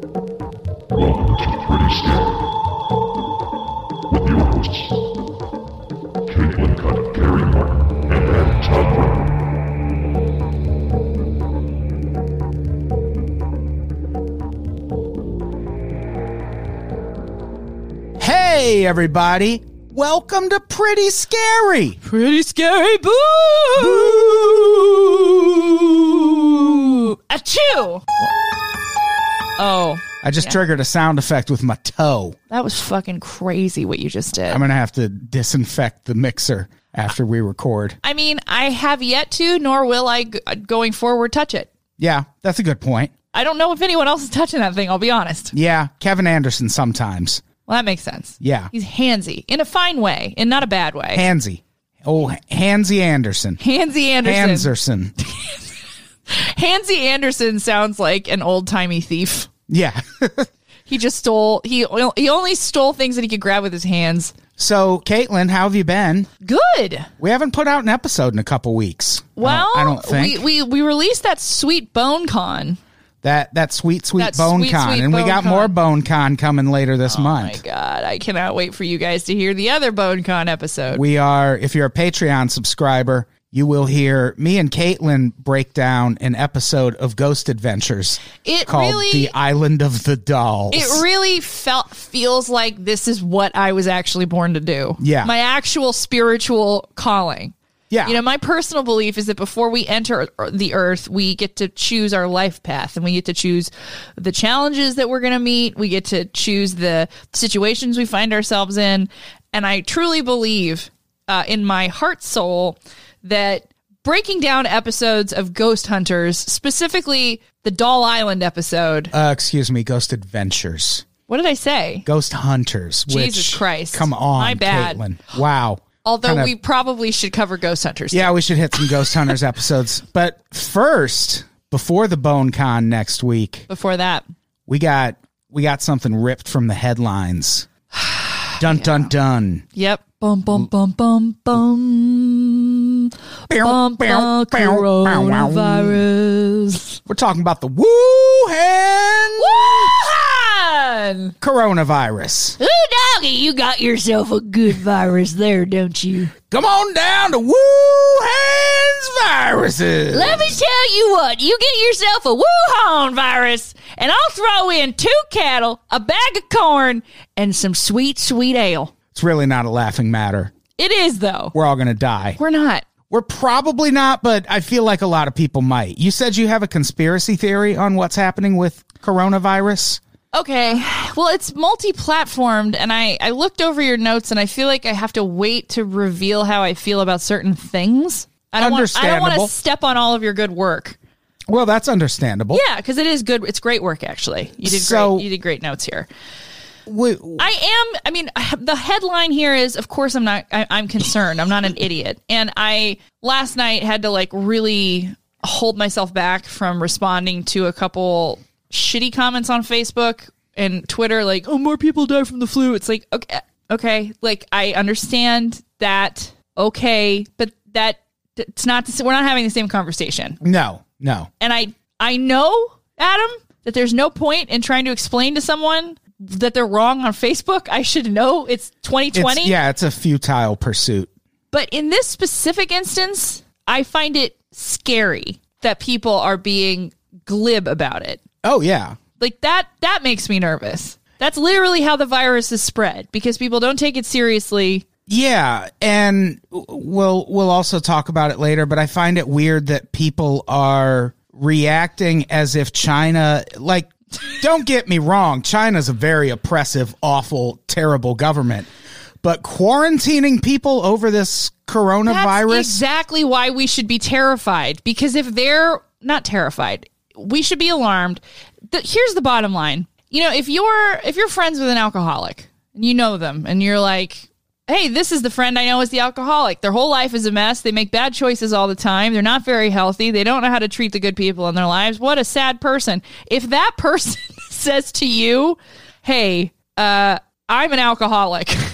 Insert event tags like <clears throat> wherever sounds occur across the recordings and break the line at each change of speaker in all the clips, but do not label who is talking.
Welcome to Pretty Scary with your hosts, Caitlin Cutt, Gary Martin, and Adam Todd Martin.
Hey, everybody. Welcome to Pretty Scary.
Pretty scary boo! Achoo! Oh,
I just triggered a sound effect with my toe.
that was fucking crazy what you just did.
I'm going to have to disinfect the mixer after we record.
I mean, I have yet to, nor will I g- going forward touch it.
Yeah, that's a good point.
I don't know if anyone else is touching that thing, I'll be honest.
Yeah, Kevin Anderson sometimes.
Well, that makes sense.
Yeah.
He's handsy in a fine way, in not a bad way.
Hansy. Oh, Hansy Anderson.
Handsy Anderson.
Hanserson.
Handsy Anderson sounds like an old timey thief.
Yeah. <laughs>
He just stole, he, he only stole things that he could grab with his hands.
so, Caitlin, how have you been?
Good.
We haven't put out an episode in a couple weeks. I don't-
Well,
I don't, think
we, we we released that sweet bone con.
that that sweet sweet
That
bone
sweet,
con,
sweet
and we
bone
got
con. Oh
more bone con coming later this month.
My God, I cannot wait for you guys to hear the other bone con episode.
We are, if you're a Patreon subscriber, you will hear me and Caitlin break down an episode of Ghost Adventures
It
called
really-
The Island of the Dolls.
it really felt feels like this is what I was actually born to do.
Yeah.
my actual spiritual calling.
yeah.
You know, my personal belief is that before we enter the earth, we get to choose our life path and we get to choose the challenges that we're going to meet. We get to choose the situations we find ourselves in. And I truly believe uh, in my heart soul that breaking down episodes of Ghost Hunters, specifically the Doll Island episode,
uh, excuse me, Ghost Adventures.
what did I say?
Ghost Hunters.
Jesus
which-
Christ.
Come on,
My bad.
Caitlin. Wow.
Although
Kinda-
we probably should cover Ghost Hunters.
Yeah, we should hit some Ghost Hunters episodes. But first, before the Bone Con next week,
Before that,
we got we got something ripped from the headlines. <sighs> Dun dun dun.
Yep. Bum bum bum bum bum. Bum bum coronavirus.
We're talking about the Wuhan
Wuhan!
coronavirus.
Ooh, doggy, you got yourself a good virus there, don't you?
Come on down to Wuhan's viruses.
Let me tell you what, you get yourself a Wuhan virus, and I'll throw in two cattle, a bag of corn, and some sweet, sweet ale.
it's really not a laughing matter.
It is, though.
We're all going to die.
We're not.
We're probably not, but I feel like a lot of people might. You said you have a conspiracy theory on what's happening with coronavirus?
Okay. Well, it's multi-platformed and I I looked over your notes and I feel like I have to wait to reveal how I feel about certain things. I don't want I don't want
Understandable.
to step on all of your good work.
Well, that's understandable.
Yeah, cuz it is good. It's great work actually. You did
So-
great. You did great notes here.
We-
I am I mean <laughs> the headline here is of course I'm not I, I'm concerned. I'm not an idiot. And I last night had to like really hold myself back from responding to a couple shitty comments on Facebook and Twitter like oh more people die from the flu. It's like okay okay like I understand that okay but that it's not the s- we're not having the same conversation
no, no.
and I I know Adam that there's no point in trying to explain to someone that they're wrong on Facebook. I should know it's
It's-
2020.
yeah, it's a futile pursuit.
But in this specific instance, I find it scary that people are being glib about it.
Oh, yeah.
Like that that makes me nervous. That's literally how the virus is spread because people don't take it seriously.
Yeah, and w- we'll we'll also talk about it later, but I find it weird that people are reacting as if China like don't get me wrong, China's a very oppressive, awful, terrible government. But quarantining people over this coronavirus,
That's exactly why we should be terrified because if they're not terrified, we should be alarmed. The, here's the bottom line. You know, if you're if you're friends with an alcoholic and you know them and you're like, "Hey, this is the friend I know is the alcoholic. Their whole life is a mess. They make bad choices all the time. They're not very healthy. They don't know how to treat the good people in their lives. What a sad person." If that <laughs> person says to you, "Hey, uh, I'm an alcoholic." <laughs>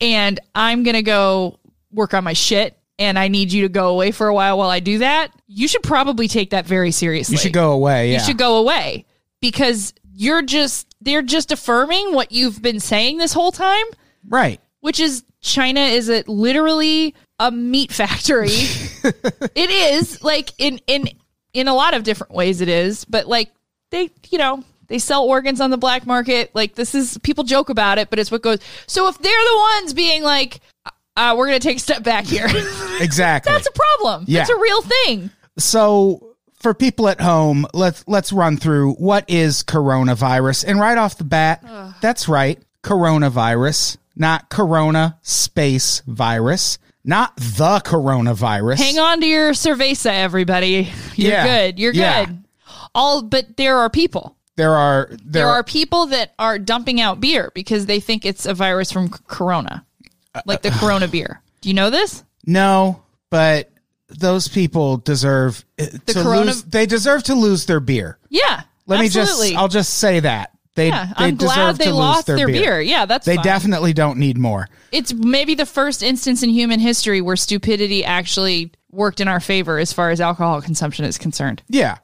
and I'm going to go work on my shit and I need you to go away for a while while I do that, you should probably take that very seriously.
you should go away. Yeah.
You should go away because you're just they're just affirming what you've been saying this whole time,
right.
which is China is it literally a
<laughs>
meat factory. it is like in in in a lot of different ways it is, but like they, you know, they sell organs on the black market. Like this is people joke about it, but it's what goes. So if they're the ones being like, uh, "We're going to take a step back here," <laughs>
Exactly.
that's a problem.
Yeah.
That's a real thing.
so for people at home, let's let's run through what is coronavirus. And right off the bat, that's right, coronavirus, not corona space virus, not the coronavirus.
Hang on to your cerveza, everybody. You're
Yeah.
good. You're
Yeah.
good. All, but there are people.
There are there,
There
are
are people that are dumping out beer because they think it's a virus from c- Corona, like the Corona beer. Do you know this?
No, but those people deserve uh, to
corona-
lose. They deserve to lose their beer.
Yeah.
Let me
absolutely.
just. I'll just say that they.
yeah,
they
I'm
deserve
glad they
to lose
lost
their, beer.
Yeah, that's
They
fine.
definitely don't need more.
it's maybe the first instance in human history where stupidity actually worked in our favor as far as alcohol consumption is concerned.
Yeah,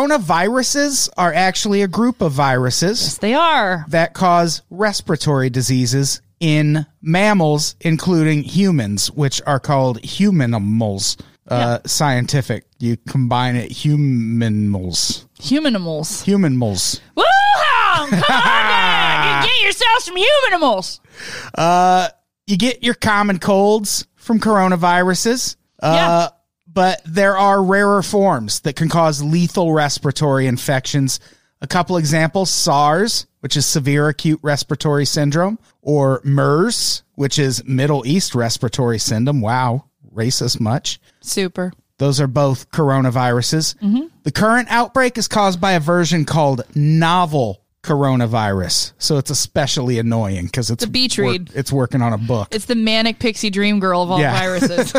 coronaviruses are actually a group of viruses
They are.
that cause respiratory diseases in mammals, including humans, which are called humanimals. Uh, Scientific. You combine it. Humanimals.
Humanimals.
Humanimals.
Woo! Come on
<laughs>
back and get yourself some humanimals.
you get your common colds from coronaviruses. Uh,
Yeah.
But there are rarer forms that can cause lethal respiratory infections. A couple examples SARS, which is severe acute respiratory syndrome, or MERS, which is Middle East respiratory syndrome. Wow, racist much.
Super.
Those are both coronaviruses.
Mm-hmm.
The current outbreak is caused by a version called novel coronavirus. So it's especially annoying because it's,
a beach
wor-
read.
it's working on a book.
It's the manic pixie dream girl of all
Yeah. <laughs>
viruses.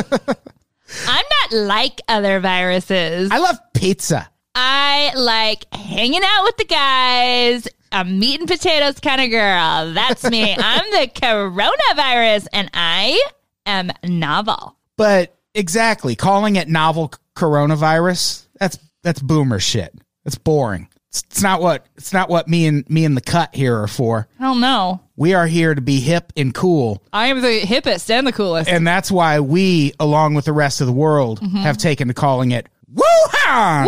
I'm not like other viruses.
I love pizza.
I like hanging out with the guys. A meat and potatoes kind of girl. That's <laughs> me. I'm the coronavirus and I am novel.
But exactly, calling it novel c- coronavirus, that's that's boomer shit. That's boring. It's, it's not what it's not what me and me and the cut here are for.
I don't know.
We are here to be hip and cool,
I am the hippest and the coolest. <laughs>
and that's why we along with the rest of the world
Mm-hmm.
have taken to calling it Wuhan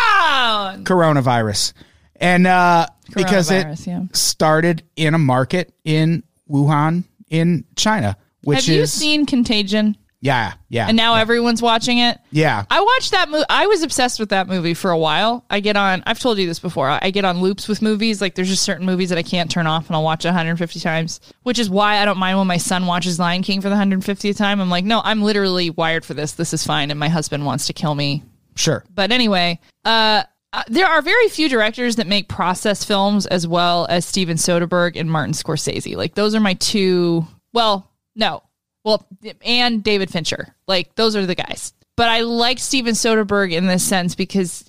Woo-hound!
coronavirus. And uh because it
Coronavirus, yeah.
started in a market in Wuhan in China, which
Have you
is
seen Contagion?
yeah, yeah.
And now everyone's watching it.
yeah.
I watched that movie. I was obsessed with that movie for a while. I get on. I've told you this before. I I get on loops with movies. Like there's just certain movies that I can't turn off, and I'll watch 150 times. Which is why I don't mind when my son watches Lion King for the 150th time. I'm like, no, I'm literally wired for this. This is fine. And my husband wants to kill me.
sure.
But anyway, uh, uh, there are very few directors that make process films as well as Steven Soderbergh and Martin Scorsese. Like those are my two. Well, no, well, and David Fincher. Like those are the guys. But I like Steven Soderbergh in this sense because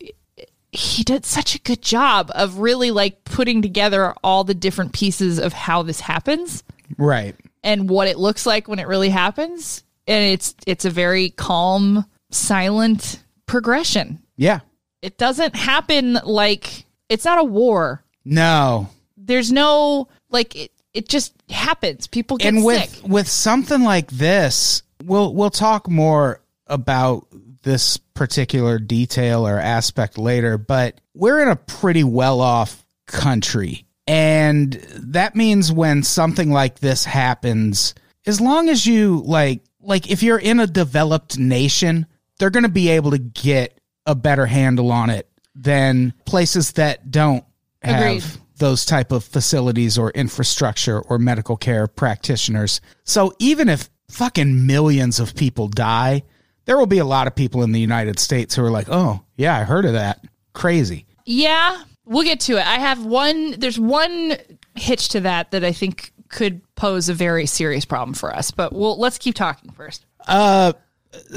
he did such a good job of really like putting together all the different pieces of how this happens
Right.
and what it looks like when it really happens. And it's it's a very calm, silent progression
Yeah.
it doesn't happen like it's not a war.
No.
There's no like it. It just happens. People get
and with
sick.
with something like this, we'll we'll talk more about this particular detail or aspect later, but we're in a pretty well-off country. And that means when something like this happens, as long as you like like if you're in a developed nation, they're going to be able to get a better handle on it than places that don't have
Agreed.
those type of facilities or infrastructure or medical care practitioners. So even if fucking millions of people die, there will be a lot of people in the United States who are like, "Oh, yeah, I heard of that. Crazy."
Yeah, we'll get to it. I have one. There's one hitch to that that I think could pose a very serious problem for us. But we'll let's keep talking first.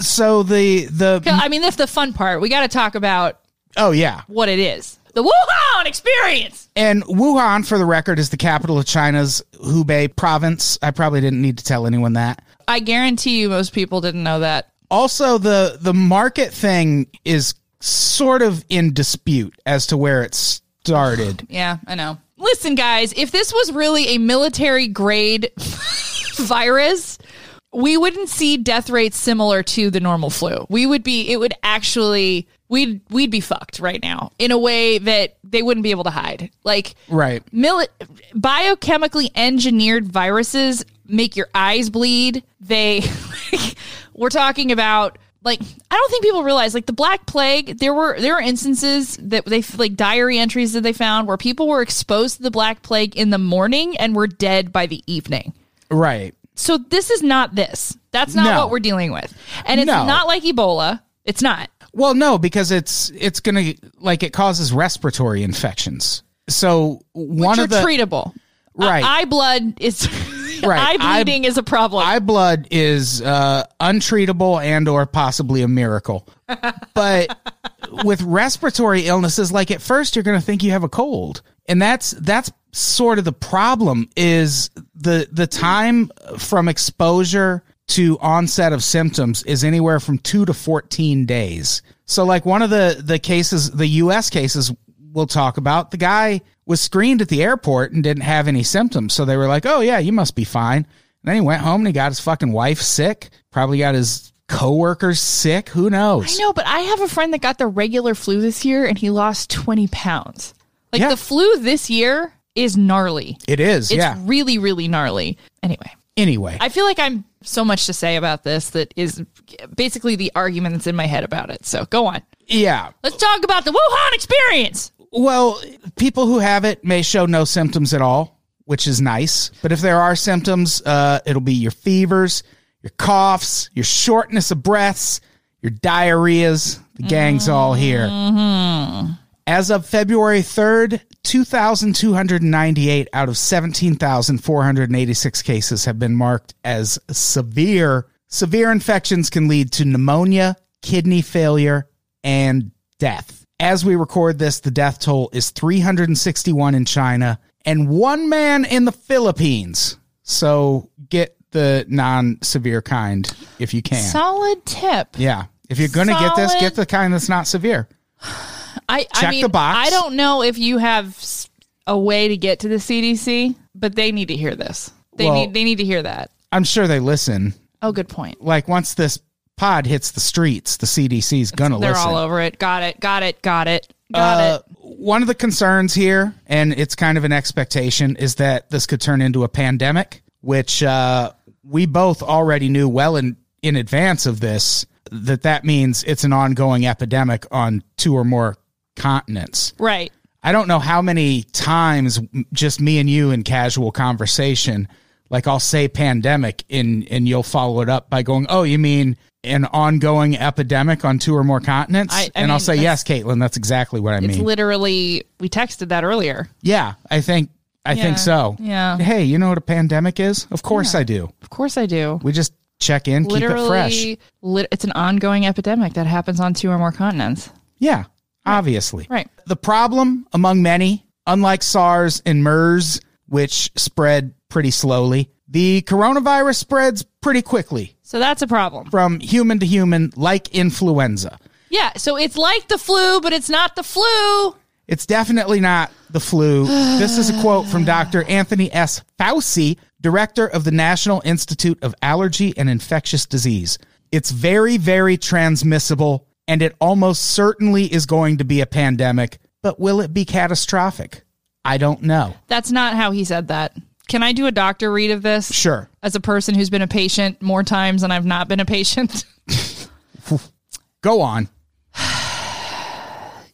So the the
I mean, that's the fun part. We got to talk about
oh yeah.
what it is. The Wuhan experience.
And Wuhan for the record is the capital of China's Hubei province. I probably didn't need to tell anyone that.
I guarantee you, most people didn't know that.
Also, the the market thing is sort of in dispute as to where it started.
Yeah, I know. Listen, guys, if this was really a military grade <laughs> virus, we wouldn't see death rates similar to the normal flu. We would be it would actually we'd we'd be fucked right now in a way that they wouldn't be able to hide. Like
Right.
mili- biochemically engineered viruses make your eyes bleed. They, <laughs> we're talking about like I don't think people realize like the Black Plague. There were there were instances that they like diary entries that they found where people were exposed to the Black Plague in the morning and were dead by the evening.
Right.
So this is not this. That's not
No.
what we're dealing with, and it's
No.
not like Ebola. It's not.
Well, no, because it's it's going to like it causes respiratory infections. So one
You're
of the
treatable. Uh,
Right.
Eye blood is. <laughs>
Right.
Eye
Eye-
bleeding is a problem.
eye blood is uh, untreatable and or possibly a miracle. But with respiratory illnesses, like at first you're going to think you have a cold, and that's that's sort of the problem is the the time from exposure to onset of symptoms is anywhere from two to fourteen days. So, like one of the the cases, the U.S. cases we'll talk about, the guy was screened at the airport and didn't have any symptoms. So they were like, "Oh yeah, you must be fine." And then he went home and he got his fucking wife sick. Probably got his coworkers sick. Who knows?
I know, but I have a friend that got the regular flu this year and he lost 20 pounds. Like
Yeah.
the flu this year is gnarly.
It is.
It's
yeah.
really, really gnarly. Anyway,
Anyway,
I feel like I'm so much to say about this that is basically the argument that's in my head about it. So go on.
yeah.
Let's talk about the Wuhan experience.
Well, people who have it may show no symptoms at all, which is nice. But if there are symptoms, uh, it'll be your fevers, your coughs, your shortness of breaths, your diarrheas. The gang's all here. As of February 3rd, 2,298 out of 17,486 cases have been marked as severe. Severe infections can lead to pneumonia, kidney failure, and death. As we record this, the death toll is 361 in China and one man in the Philippines. So get the non severe kind if you can.
Solid tip.
yeah. If you're going to get this,
Solid.
get the kind that's not severe.
I, I
Check
mean,
the box.
I don't know if you have s- a way to get to the CDC, but they need to hear this. They
Well-
need they need to hear that.
I'm sure they listen.
Oh, good point.
like once this pod hits the streets, the CDC's gonna
They're
Oh, listen.
all over it. Got it. Got it. Got it. Got
Uh,
it.
one of the concerns here, and it's kind of an expectation, is that this could turn into a pandemic, which uh, we both already knew well in in advance of this. That that means it's an ongoing epidemic on two or more continents.
Right.
I don't know how many times m- just me and you in casual conversation, like I'll say pandemic and and you'll follow it up by going, "Oh, you mean an ongoing epidemic on two or more continents?"
I- I
and I'll
mean,
say, "Yes,
that's-
Caitlin, that's exactly what I
It's
mean."
literally we texted that earlier.
yeah, I think I
Yeah,
think so.
yeah.
Hey, you know what a pandemic is? Of course I do.
Of course I do.
We just check in, keep it fresh.
Literally lit- it's an ongoing epidemic that happens on two or more continents.
Yeah, obviously.
Right.
The problem among many, unlike SARS and MERS, which spread pretty slowly, the coronavirus spreads pretty quickly
So that's a problem.
from human to human, like influenza.
Yeah, so it's like the flu, but it's not the flu.
It's definitely not the flu. this is a quote from Dr. Anthony S. Fauci, director of the National Institute of Allergy and Infectious Disease. It's very, very transmissible, and it almost certainly is going to be a pandemic. But will it be catastrophic? I don't know.
That's not how he said that. Can I do a doctor read of this?
Sure.
As a person who's been a patient more times than I've not been a patient. <laughs>
Go on.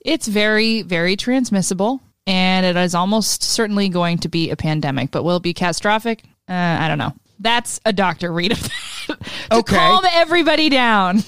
It's very, very transmissible and it is almost certainly going to be a pandemic, but will it be catastrophic? Uh, I don't know. That's a doctor read of that. <laughs> to
Okay.
calm everybody down.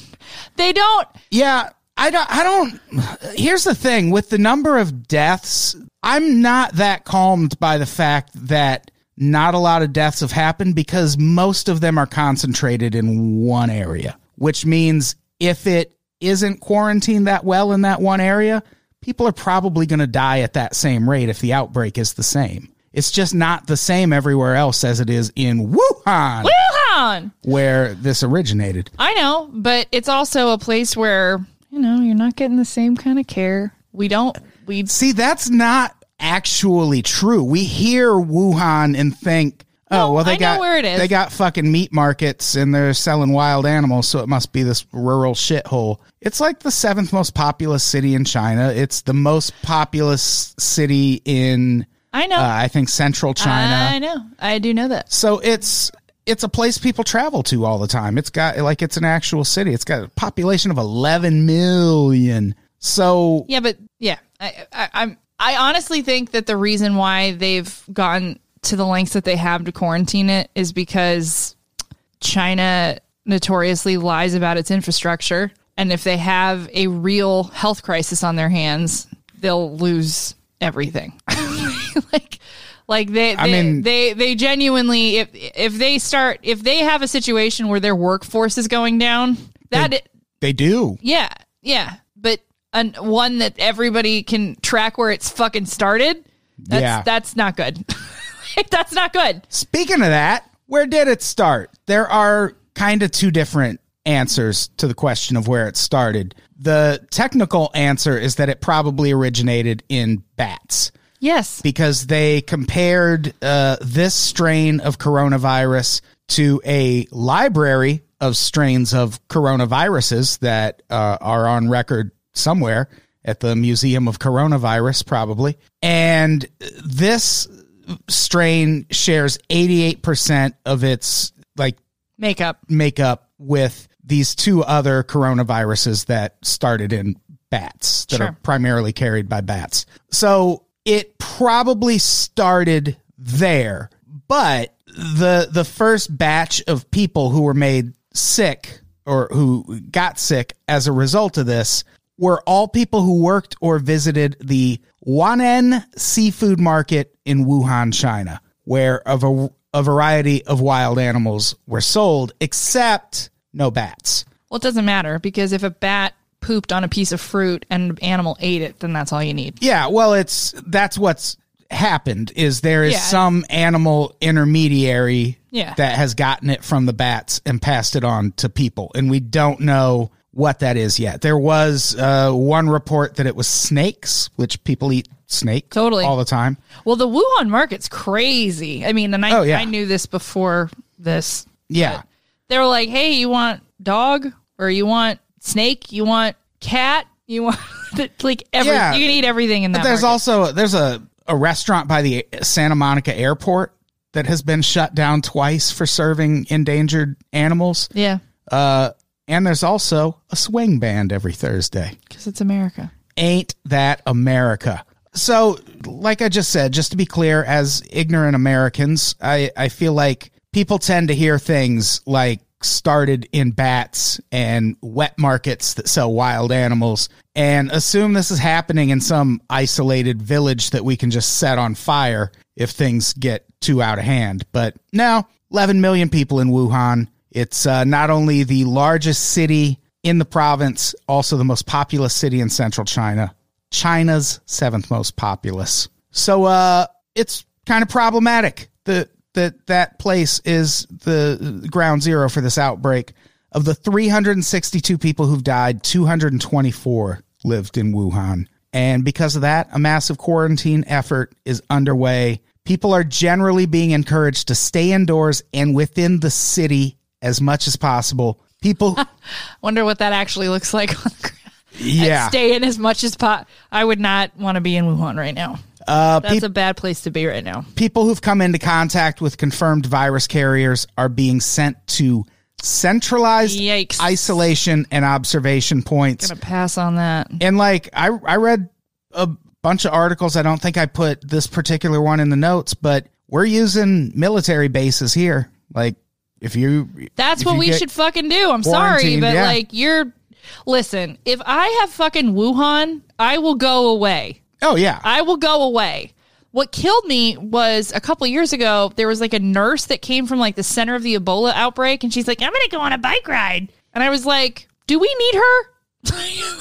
They don't.
Yeah, I don't. I don't. Here's the thing with the number of deaths, I'm not that calmed by the fact that not a lot of deaths have happened because most of them are concentrated in one area, which means if it isn't quarantined that well in that one area, people are probably going to die at that same rate if the outbreak is the same. It's just not the same everywhere else as it is in Wuhan,
Wuhan.
where this originated.
I know, but it's also a place where you know you're not getting the same kind of care. We don't. We
See, that's not actually true. We hear Wuhan and think, oh,
No,
well, they
I know
got
where it is.
they got fucking meat markets and they're selling wild animals, so it must be this rural shithole. It's like the seventh most populous city in China. It's the most populous city in,
I know.
uh, I think, central China.
I know. I do know that.
so it's it's a place people travel to all the time. It's got like it's an actual city. It's got a population of eleven million. So
Yeah, but yeah, I, I, I'm. I honestly think that the reason why they've gotten to the lengths that they have to quarantine it is because China notoriously lies about its infrastructure, and if they have a real health crisis on their hands, they'll lose everything. <laughs> like, like they, they,
I mean-
they, they genuinely, if if they start, if they have a situation where their workforce is going down, that
they do.
yeah, yeah, but an, one that everybody can track where it's fucking started. That's,
Yeah.
that's not good. <laughs> Like, that's not good.
Speaking of that, where did it start? There are kind of two different answers to the question of where it started. The technical answer is that it probably originated in bats
Yes,
because they compared uh, this strain of coronavirus to a library of strains of coronaviruses that uh, are on record somewhere at the Museum of Coronavirus, probably. And this strain shares 88% of its like
makeup.
makeup with these two other coronaviruses that started in bats that are
Sure.
primarily carried by bats. So it probably started there, but the the first batch of people who were made sick or who got sick as a result of this were all people who worked or visited the Wanen seafood market in Wuhan, China, where of a, a variety of wild animals were sold, except no bats.
Well, it doesn't matter because if a bat pooped on a piece of fruit and an animal ate it, then that's all you need.
Yeah, well, it's that's what's happened is there is
Yeah.
some animal intermediary
Yeah.
that has gotten it from the bats and passed it on to people, and we don't know what that is yet. There was uh, one report that it was snakes, which people eat snake
Totally.
all the time.
Well, the Wuhan market's crazy. I mean, and I,
Oh, yeah.
I knew this before this.
Yeah,
They were like, "Hey, you want dog or you want snake? You want cat? You want <laughs> like every?
Yeah.
You can eat everything in that."
but there's
market.
also there's a a restaurant by the Santa Monica Airport that has been shut down twice for serving endangered animals.
yeah,
Uh, and there's also a swing band every Thursday.
because it's America.
Ain't that America? So, like I just said, just to be clear, as ignorant Americans, I, I feel like people tend to hear things like started in bats and wet markets that sell wild animals and assume this is happening in some isolated village that we can just set on fire if things get too out of hand. But no, 11 million people in Wuhan. It's uh, not only the largest city in the province, also the most populous city in central China. China's seventh most populous. So uh, it's kind of problematic that that that place is the ground zero for this outbreak. Of the 362 people who've died, 224 lived in Wuhan. And because of that, a massive quarantine effort is underway. People are generally being encouraged to stay indoors and within the city as much as possible. People,
Wonder what that actually looks like on the ground.
yeah.
Stay in as much as pot. I would not want to be in Wuhan right now. Uh, That's a bad place to be right now.
people who've come into contact with confirmed virus carriers are being sent to centralized
Yikes.
isolation and observation points.
Pass on that.
And like I I read a bunch of articles. I don't think I put this particular one in the notes, but we're using military bases here. Like if you
That's
if
what
you
we
get-
should fucking do. I'm sorry,
quarantined,
but
yeah.
like you're listen, if I have fucking Wuhan, I will go away.
Oh yeah.
I will go away. What killed me was a couple years ago, there was like a nurse that came from like the center of the Ebola outbreak and she's like, I'm going to go on a bike ride. And I was like, do we need her?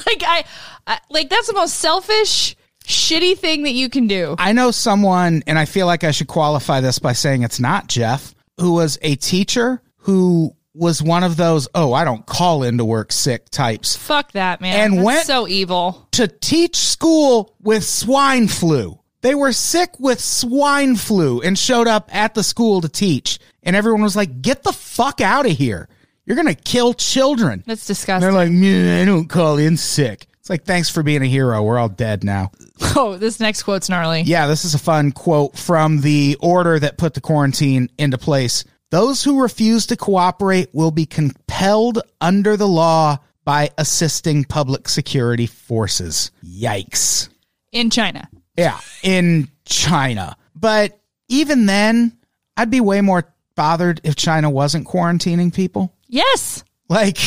<laughs> like I, I like that's the most selfish shitty thing that you can do.
I know someone, and I feel like I should qualify this by saying it's not Jeff, who was a teacher who was one of those, oh, I don't call into work sick types
Fuck that, man.
And
That's
when-
so evil.
to teach school with swine flu. They were sick with swine flu and showed up at the school to teach. And everyone was like, get the fuck out of here. You're going to kill children.
That's
And they're
disgusting.
like, "Meh, I don't call in sick. It's like, thanks for being a hero. We're all dead now.
<laughs> oh, this next quote's gnarly.
Yeah, this is a fun quote from the order that put the quarantine into place. Those who refuse to cooperate will be compelled under the law by assisting public security forces. Yikes.
In China.
Yeah, in China. But even then, I'd be way more bothered if China wasn't quarantining people.
Yes.
Like,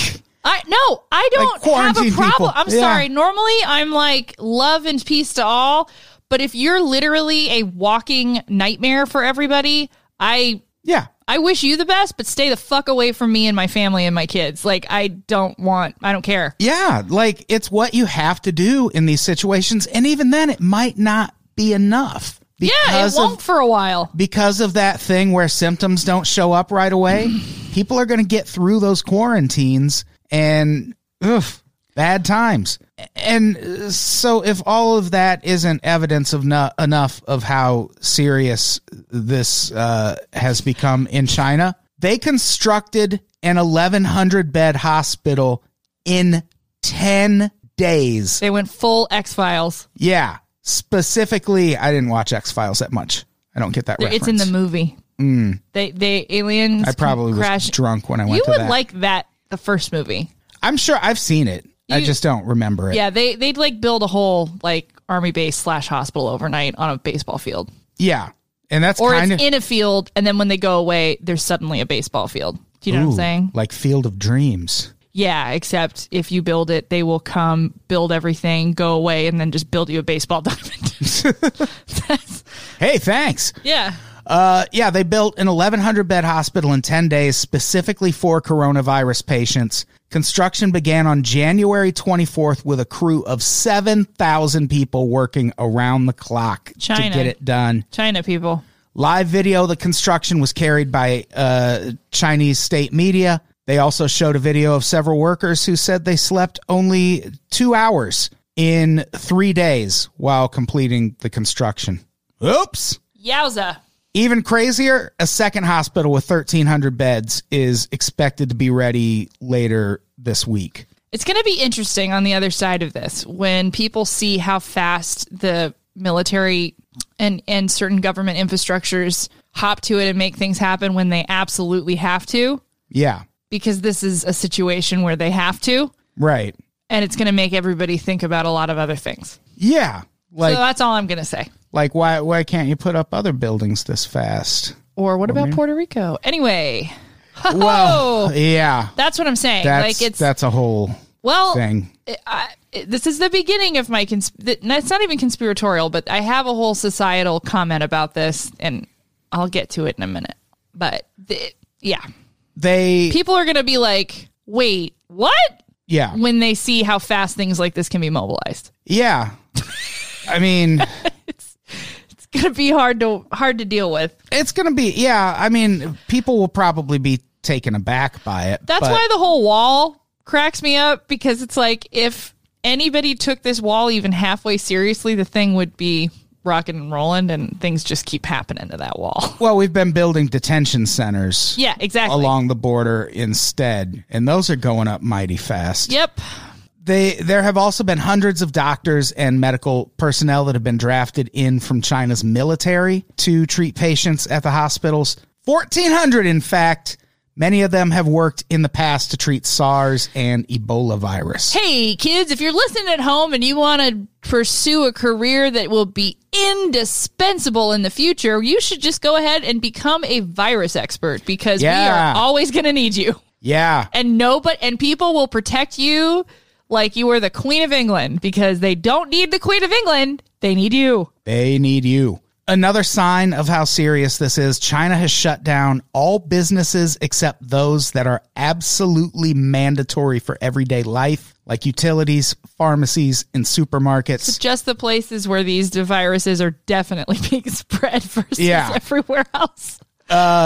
I no, I
Like
don't have a
quarantine
problem.
people.
I'm
Yeah.
sorry. Normally, I'm like love and peace to all, but if you're literally a walking nightmare for everybody, I
yeah,
I wish you the best, but stay the fuck away from me and my family and my kids. Like I don't want. I don't care.
Yeah, like it's what you have to do in these situations, and even then, it might not be enough
yeah, it
because
won't
of
for a while.
because of that thing where symptoms don't show up right away.
<clears throat>
people are going to get through those quarantines and oof, bad times. And uh, so, if all of that isn't evidence of no, enough of how serious this uh, has become in China, they constructed an 1,100 bed hospital in 10 days.
They went full X Files.
Yeah. Specifically, I didn't watch X Files that much. I don't get that reference. Mm.
It's in the movie. They they aliens.
I probably
crash.
was drunk when I went
you
to
would
that.
like that the first movie.
I'm sure I've seen it. I
You-
just don't remember it.
Yeah, they they'd like build a whole like army base slash hospital overnight on a baseball field,
Yeah. And that's
or
kind
it's
of
in a field, and then when they go away, there's suddenly a baseball field. Do you know what I'm saying?
like Field of Dreams.
Yeah, except if you build it, they will come build everything, go away, and then just build you a baseball <laughs> diamond. That's-
Hey, thanks.
yeah,
Uh, yeah, they built an 1,100 bed hospital in 10 days specifically for coronavirus patients. Construction began on January 24th with a crew of 7,000 people working around the clock to
China.
get it done.
China people.
Live video of the construction was carried by uh, Chinese state media. They also showed a video of several workers who said they slept only two hours in three days while completing the construction. Oops.
Yowza!
Even crazier, a second hospital with 1,300 beds is expected to be ready later this week.
It's going to be interesting on the other side of this when people see how fast the military and and certain government infrastructures hop to it and make things happen when they absolutely have to
Yeah,
because this is a situation where they have to
right.
and it's going to make everybody think about a lot of other things.
Yeah. Like,
so that's all I'm going to say.
like why, why can't you put up other buildings this fast?
Or what about Puerto Rico? Anyway,
Well, yeah.
that's what I'm saying.
That's,
like it's
that's a whole
well
thing.
I, this is the beginning of my cons- th- no, it's not even conspiratorial but i have a whole societal comment about this and i'll get to it in a minute but th- yeah
They
people are going to be like wait what
yeah.
when they see how fast things like this can be mobilized
Yeah. I mean,
it's going to be hard to hard to deal with
it's going to be yeah, I mean, people will probably be taken aback by it.
that's
but-
why the whole wall cracks me up because it's like if anybody took this wall even halfway seriously the thing would be rocking and rolling and things just keep happening to that wall
well, we've been building detention centers
<laughs> yeah exactly
along the border instead, and those are going up mighty fast.
Yep.
They there have also been hundreds of doctors and medical personnel that have been drafted in from China's military to treat patients at the hospitals. 1400 in fact. Many of them have worked in the past to treat SARS and Ebola virus.
Hey, kids, if you're listening at home and you want to pursue a career that will be indispensable in the future, you should just go ahead and become a virus expert because
Yeah.
we are always going to need you.
Yeah.
And no, but and people will protect you like you are the Queen of England because they don't need the Queen of England; they need you.
They need you. Another sign of how serious this is China has shut down all businesses except those that are absolutely mandatory for everyday life, like utilities, pharmacies, and supermarkets.
Just the places where these viruses are definitely <laughs> being spread versus
Yeah. Uh,
everywhere else.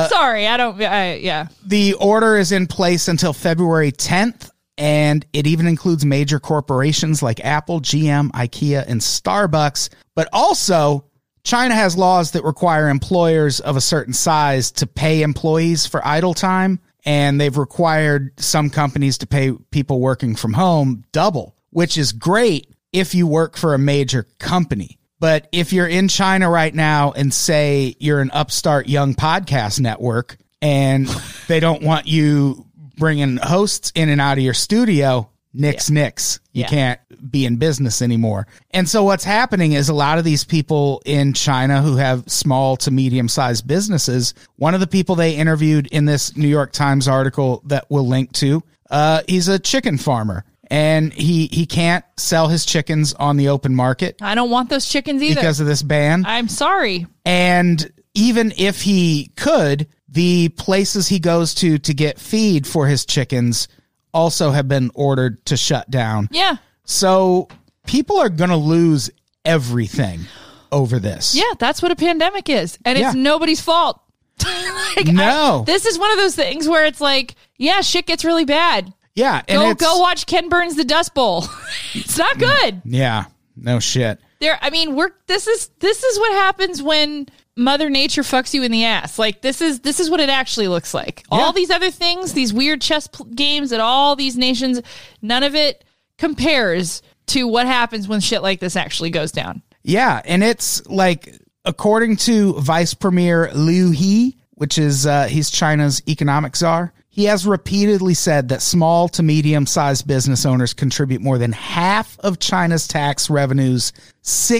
Sorry, I don't. I, yeah,
The order is in place until February 10th, and it even includes major corporations like Apple, GM, IKEA, and Starbucks. But also, China has laws that require employers of a certain size to pay employees for idle time, and they've required some companies to pay people working from home double, which is great if you work for a major company. But if you're in China right now and say you're an upstart young podcast network
<laughs>
and they don't want you bringing hosts in and out of your studio, nix nix. You
Yeah.
can't be in business anymore. And so what's happening is a lot of these people in China who have small to medium sized businesses, one of the people they interviewed in this New York Times article that we'll link to, uh, he's a chicken farmer. And he, he can't sell his chickens on the open market
I don't want those chickens either.
because of this ban.
I'm sorry.
and even if he could, the places he goes to to get feed for his chickens also have been ordered to shut down.
Yeah,
So people are going to lose everything over this.
yeah, that's what a pandemic is, and it's
Yeah.
nobody's fault. <laughs> Like, I-
No.
this is one of those things where it's like, yeah, shit gets really bad.
Yeah. And
Go
it's- Mm.
go watch Ken Burns the Dust Bowl. <laughs> it's not good.
Yeah. No shit.
There, I mean, we're this is this is what happens when Mother Nature fucks you in the ass. Like this is this is what it actually looks like.
Yeah.
All these other things, these weird chess pl- games at all these nations, none of it compares to what happens when shit like this actually goes down.
Yeah, and it's like according to Vice Premier Liu He, which is uh, he's China's economic czar. He has repeatedly said that small to medium sized business owners contribute more than half of China's tax revenues,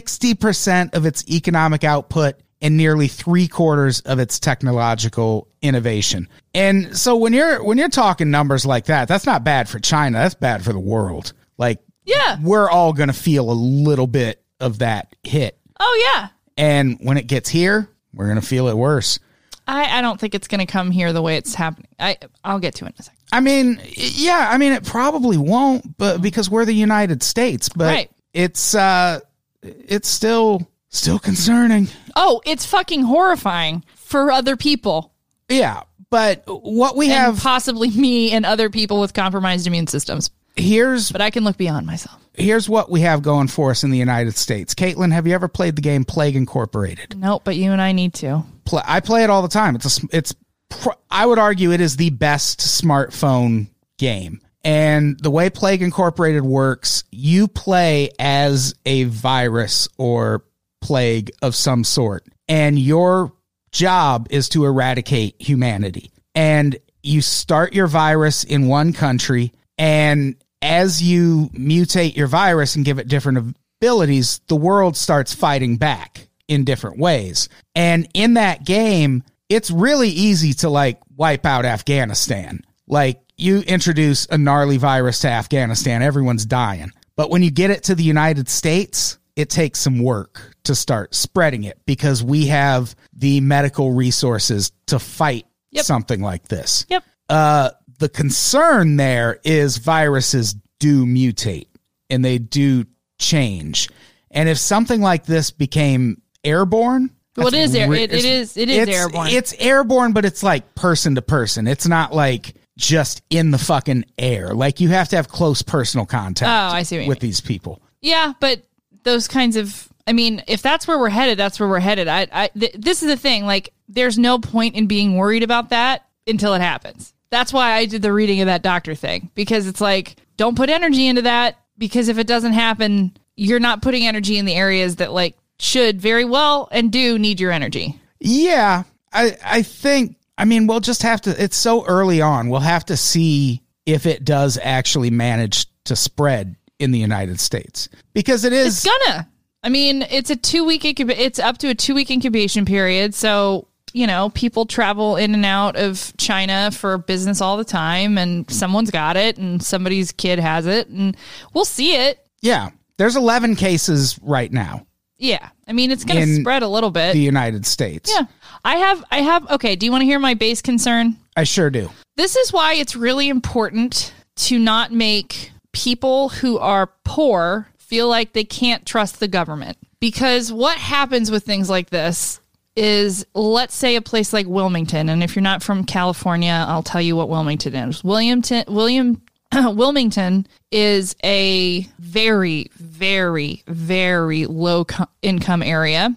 60% of its economic output, and nearly three quarters of its technological innovation. And so when you're when you're talking numbers like that, that's not bad for China. That's bad for the world. Like
Yeah.
we're all going to feel a little bit of that hit.
Oh yeah,
And when it gets here, we're going to feel it worse.
I I don't think it's gonna come here the way it's happening. I I'll get to it in a second.
I mean, yeah, I mean, it probably won't, but because we're the United States, but
Right.
it's, uh, it's still, still concerning.
Oh, it's fucking horrifying for other people.
Yeah. But what we
And
have
possibly me and other people with compromised immune systems.
here's,
But I can look beyond myself.
here's what we have going for us in the United States. Caitlin, have you ever played the game Plague Incorporated?
Nope, but you and I need to.
Pla I play it all the time. It's a, sm- it's pr- I would argue it is the best smartphone game. And the way Plague Incorporated works, you play as a virus or plague of some sort, and your job is to eradicate humanity. And you start your virus in one country, and as you mutate your virus and give it different abilities, the world starts fighting back in different ways. And in that game, it's really easy to like wipe out Afghanistan. Like you introduce a gnarly virus to Afghanistan, everyone's dying. But when you get it to the United States, it takes some work to start spreading it because we have the medical resources to fight
Yep.
something like this.
Yep.
Uh, the concern there is viruses do mutate and they do change. And if something like this became airborne,
Well, it
that's
is air-
re-
it- it is- it is
it's-
airborne.
It's airborne, but it's like person to person. It's not like just in the fucking air. Like you have to have close personal contact
Oh, I see what you
with these people.
Yeah, but those kinds of I mean, if that's where we're headed, that's where we're headed. I, I th- this is the thing. Like, there's no point in being worried about that until it happens. That's why I did the reading of that doctor thing because it's like, don't put energy into that because if it doesn't happen, you're not putting energy in the areas that like should very well and do need your energy.
Yeah, I I think I mean we'll just have to. It's so early on. We'll have to see if it does actually manage to spread in the United States because it is
It's gonna. I mean, it's a two week. Incub- it's up to a two week incubation period. So you know, people travel in and out of China for business all the time, and someone's got it, and somebody's kid has it, and we'll see it.
yeah. There's 11 cases right now
Yeah, I mean, it's gonna
In
spread a little bit.
the United States.
yeah, I have. I have. Okay, do you want to hear my base concern?
I sure do.
This is why it's really important to not make people who are poor feel like they can't trust the government. Because what happens with things like this is, let's say, a place like Wilmington, and if you're not from California, I'll tell you what Wilmington is. Williamton, William, <clears throat> Wilmington is a very, very, very low co- income area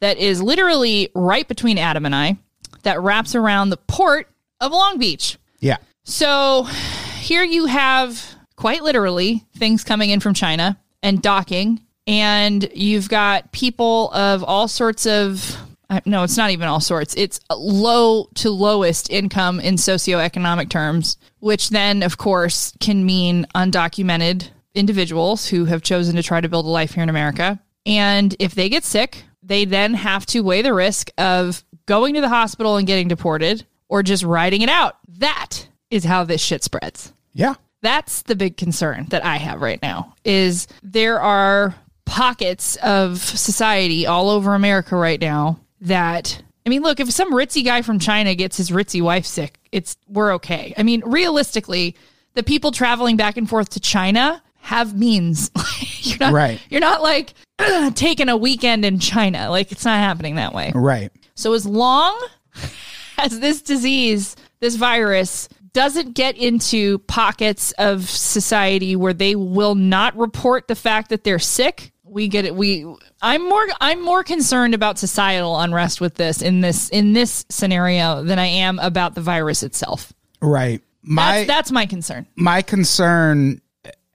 that is literally right between Adam and I that wraps around the port of Long Beach.
Yeah.
So here you have quite literally things coming in from China and docking, and you've got people of all sorts of I- no, it's not even all sorts. It's low to lowest income in socioeconomic terms, which then, of course, can mean undocumented individuals who have chosen to try to build a life here in America. And if they get sick, they then have to weigh the risk of going to the hospital and getting deported or just riding it out. That is how this shit spreads.
Yeah.
That's the big concern that I have right now is there are pockets of society all over America right now that I mean, look, if some ritzy guy from China gets his ritzy wife sick, it's we're okay. I mean, realistically, the people traveling back and forth to China have means. <laughs> you're not
Right.
you're not like <clears throat> taking a weekend in China. Like it's not happening that way.
Right.
So as long <laughs> as this disease, this virus doesn't get into pockets of society where they will not report the fact that they're sick, we get it we I'm more I'm more concerned about societal unrest with this in this in this scenario than I am about the virus itself.
Right.
That's
My
that's my concern.
my concern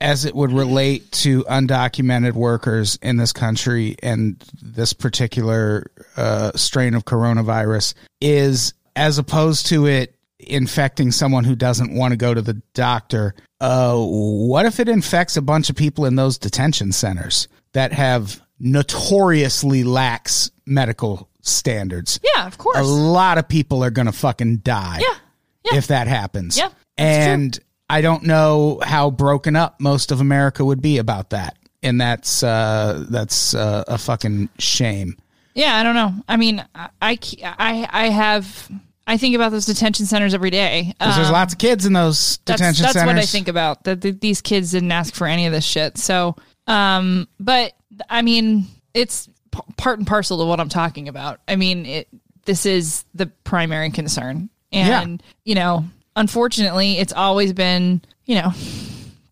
as it would relate to undocumented workers in this country and this particular uh, strain of coronavirus is as opposed to it infecting someone who doesn't want to go to the doctor uh, what if it infects a bunch of people in those detention centers that have notoriously lax medical standards
Yeah, of course.
a lot of people are going to fucking die
Yeah. Yeah.
if that happens.
Yeah, that's true.
And I don't know how broken up most of America would be about that. And that's uh, that's uh, a fucking shame.
Yeah, I don't know. I mean, I, I c- I- I have I think about those detention centers every day.
'Cause there's lots of kids in those
Um, that's,
detention
that's
centers.
what I think about. That th- these kids didn't ask for any of this shit. So, um, but I mean, it's p- part and parcel to what I'm talking about. I mean, it, this is the primary concern, and you know, unfortunately, it's always been you know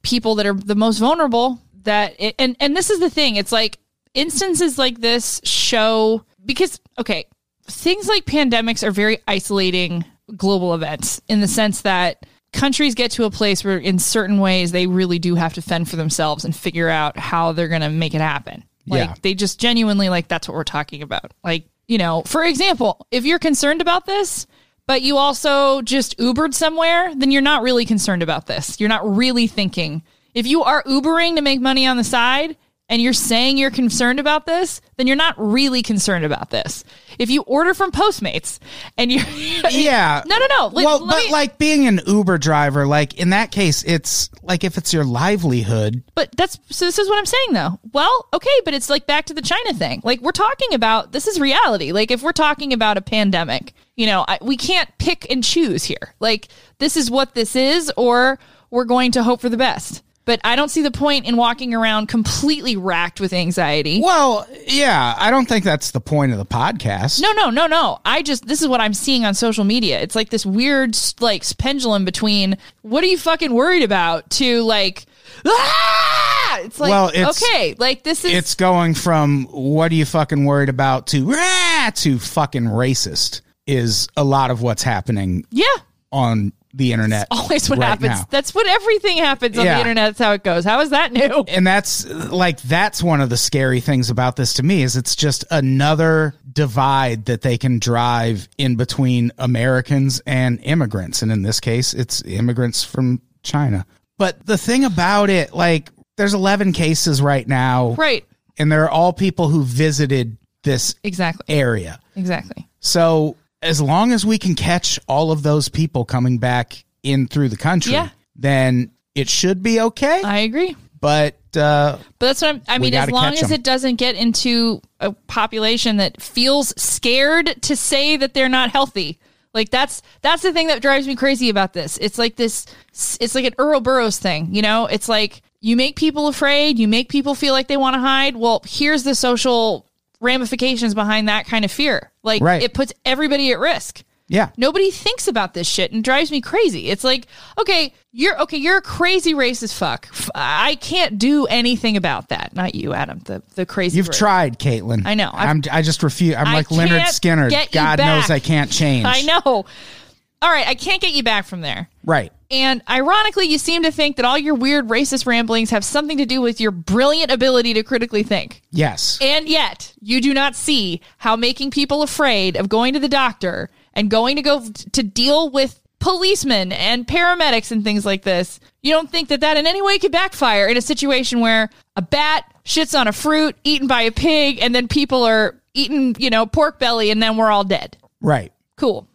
people that are the most vulnerable that it, and and this is the thing it's like instances like this show because okay things like pandemics are very isolating global events in the sense that countries get to a place where in certain ways they really do have to fend for themselves and figure out how they're going to make it happen like
Yeah.
they just genuinely like that's what we're talking about like you know for example if you're concerned about this but you also just Ubered somewhere, then you're not really concerned about this. You're not really thinking. If you are Ubering to make money on the side and you're saying you're concerned about this, then you're not really concerned about this. If you order from Postmates and you're
Yeah.
<laughs> No, no, no. Let-
well,
let
but
me-
like being an Uber driver, like in that case, it's like if it's your livelihood,
But that's so this is what I'm saying though. Well, okay, but it's like back to the China thing. Like we're talking about this is reality. Like if we're talking about a pandemic, you know, I, we can't pick and choose here. Like this is what this is or we're going to hope for the best. But I don't see the point in walking around completely racked with anxiety.
well, yeah, I don't think that's the point of the podcast.
No, no, no, no. I just this is what I'm seeing on social media. It's like this weird s- like s- pendulum between what are you fucking worried about to like ah! It's like
Well, it's-
okay, like this is
it's going from what are you fucking worried about to "Rah!" to fucking racist is a lot of what's happening
yeah.
on the internet.
always what
right
happens.
now.
That's what everything happens on
Yeah.
the internet. That's how it goes. How is that new? <laughs>
and that's like that's one of the scary things about this to me is it's just another divide that they can drive in between Americans and immigrants and in this case it's immigrants from China. But the thing about it like there's 11 cases right now,
Right.
and they're all people who visited this
Exactly.
area.
Exactly.
So as long as we can catch all of those people coming back in through the country,
Yeah. Uh,
then it should be okay.
I agree.
but uh,
But that's what I'm, I mean. As
gotta
long
catch
as
'em.
it doesn't get into a population that feels scared to say that they're not healthy, like that's that's the thing that drives me crazy about this. It's like this. It's like an Earl Burroughs thing, you know. It's like you make people afraid, you make people feel like they want to hide. Well, here's the social ramifications behind that kind of fear. Like
Right.
it puts everybody at risk.
yeah,
Nobody thinks about this shit and drives me crazy. It's like, okay, you're okay, you're a crazy racist fuck. F- I can't do anything about that. Not you, Adam. The the crazy.
you've
ra-
tried, Caitlin.
I know. I've-
I'm, I just refuse. I'm
I
like Leonard
can't
Skinner.
get you
God knows
back.
I can't change.
I know. All right, I can't get you back from there.
Right.
And ironically, you seem to think that all your weird racist ramblings have something to do with your brilliant ability to critically think.
Yes.
And yet, you do not see how making people afraid of going to the doctor and going to go f- to deal with policemen and paramedics and things like this. You don't think that that in any way could backfire in a situation where a bat shits on a fruit eaten by a pig and then people are eating, you know, pork belly and then we're all dead.
right.
Cool.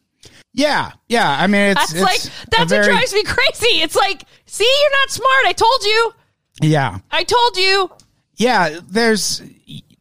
Yeah. Yeah. I mean, it's,
That's
it's
like
a
that's what
very-
drives me crazy. It's like, see, you're not smart. I told you.
Yeah.
I told you.
yeah there's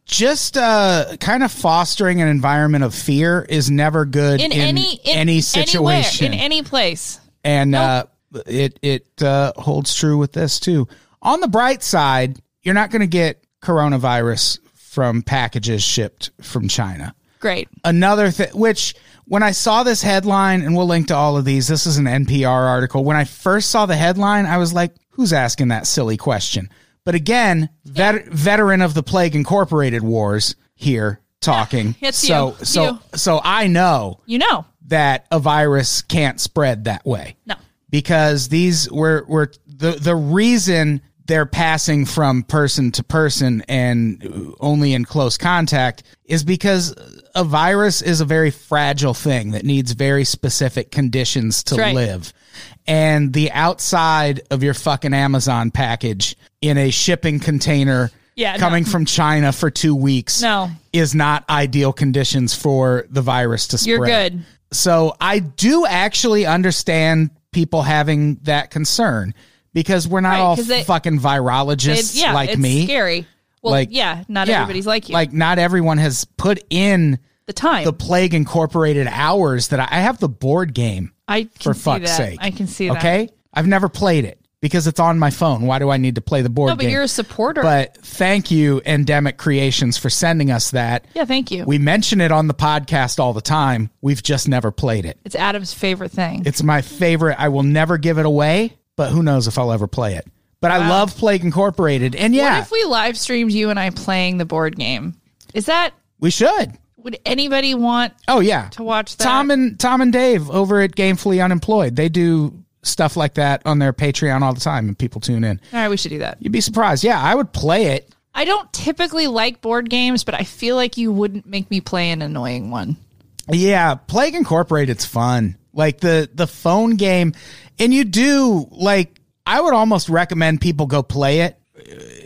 just uh kind of fostering an environment of fear is never good
In,
in,
any in
any situation
anywhere, in any place.
and uh it it uh holds true with this too on the bright side you're not going to get coronavirus from packages shipped from china
Great.
another thing which when i saw this headline and we'll link to all of these this is an npr article when i first saw the headline i was like who's asking that silly question but again vet- veteran of the plague incorporated wars here talking
<laughs> it's
so
you.
so
You.
so i know
You know.
that a virus can't spread that way
No.
because these were were the the reason they're passing from person to person and only in close contact is because a virus is a very fragile thing that needs very specific conditions to
That's right.
live. And the outside of your fucking Amazon package in a shipping container
Yeah, no.
coming from China for 2 weeks
No.
is not ideal conditions for the virus to spread.
You're good.
So I do actually understand people having that concern because we're not
Right,
all
'cause they-
fucking virologists
It's yeah,
like
it's
me.
Scary. Well,
Like-
yeah, not
Yeah.
everybody's like you.
Like not everyone has put in
the time.
the Plague Incorporated hours that I, I have the board game.
I can
For
see
fuck's
that.
sake,
I can see that.
Okay, I've never played it because it's on my phone. Why do I need to play the board
No, but
game?
you're a supporter.
But thank you, Endemic Creations, for sending us that.
yeah, thank you.
We mention it on the podcast all the time. We've just never played it.
it's Adam's favorite thing.
It's my favorite. I will never give it away, but who knows if I'll ever play it. But I love Plague Incorporated. And yeah,
What if we live streamed you and I playing the board game? Is that
we should.
would anybody want
Oh yeah.
to watch that?
Tom and Tom and Dave over at Gamefully Unemployed. They do stuff like that on their Patreon all the time and people tune in.
All right, we should do that.
You'd be surprised. Yeah, I would play it.
I don't typically like board games, but I feel like you wouldn't make me play an annoying one.
Yeah, Plague Incorporated's fun. Like the the phone game and you do like I would almost recommend people go play it uh,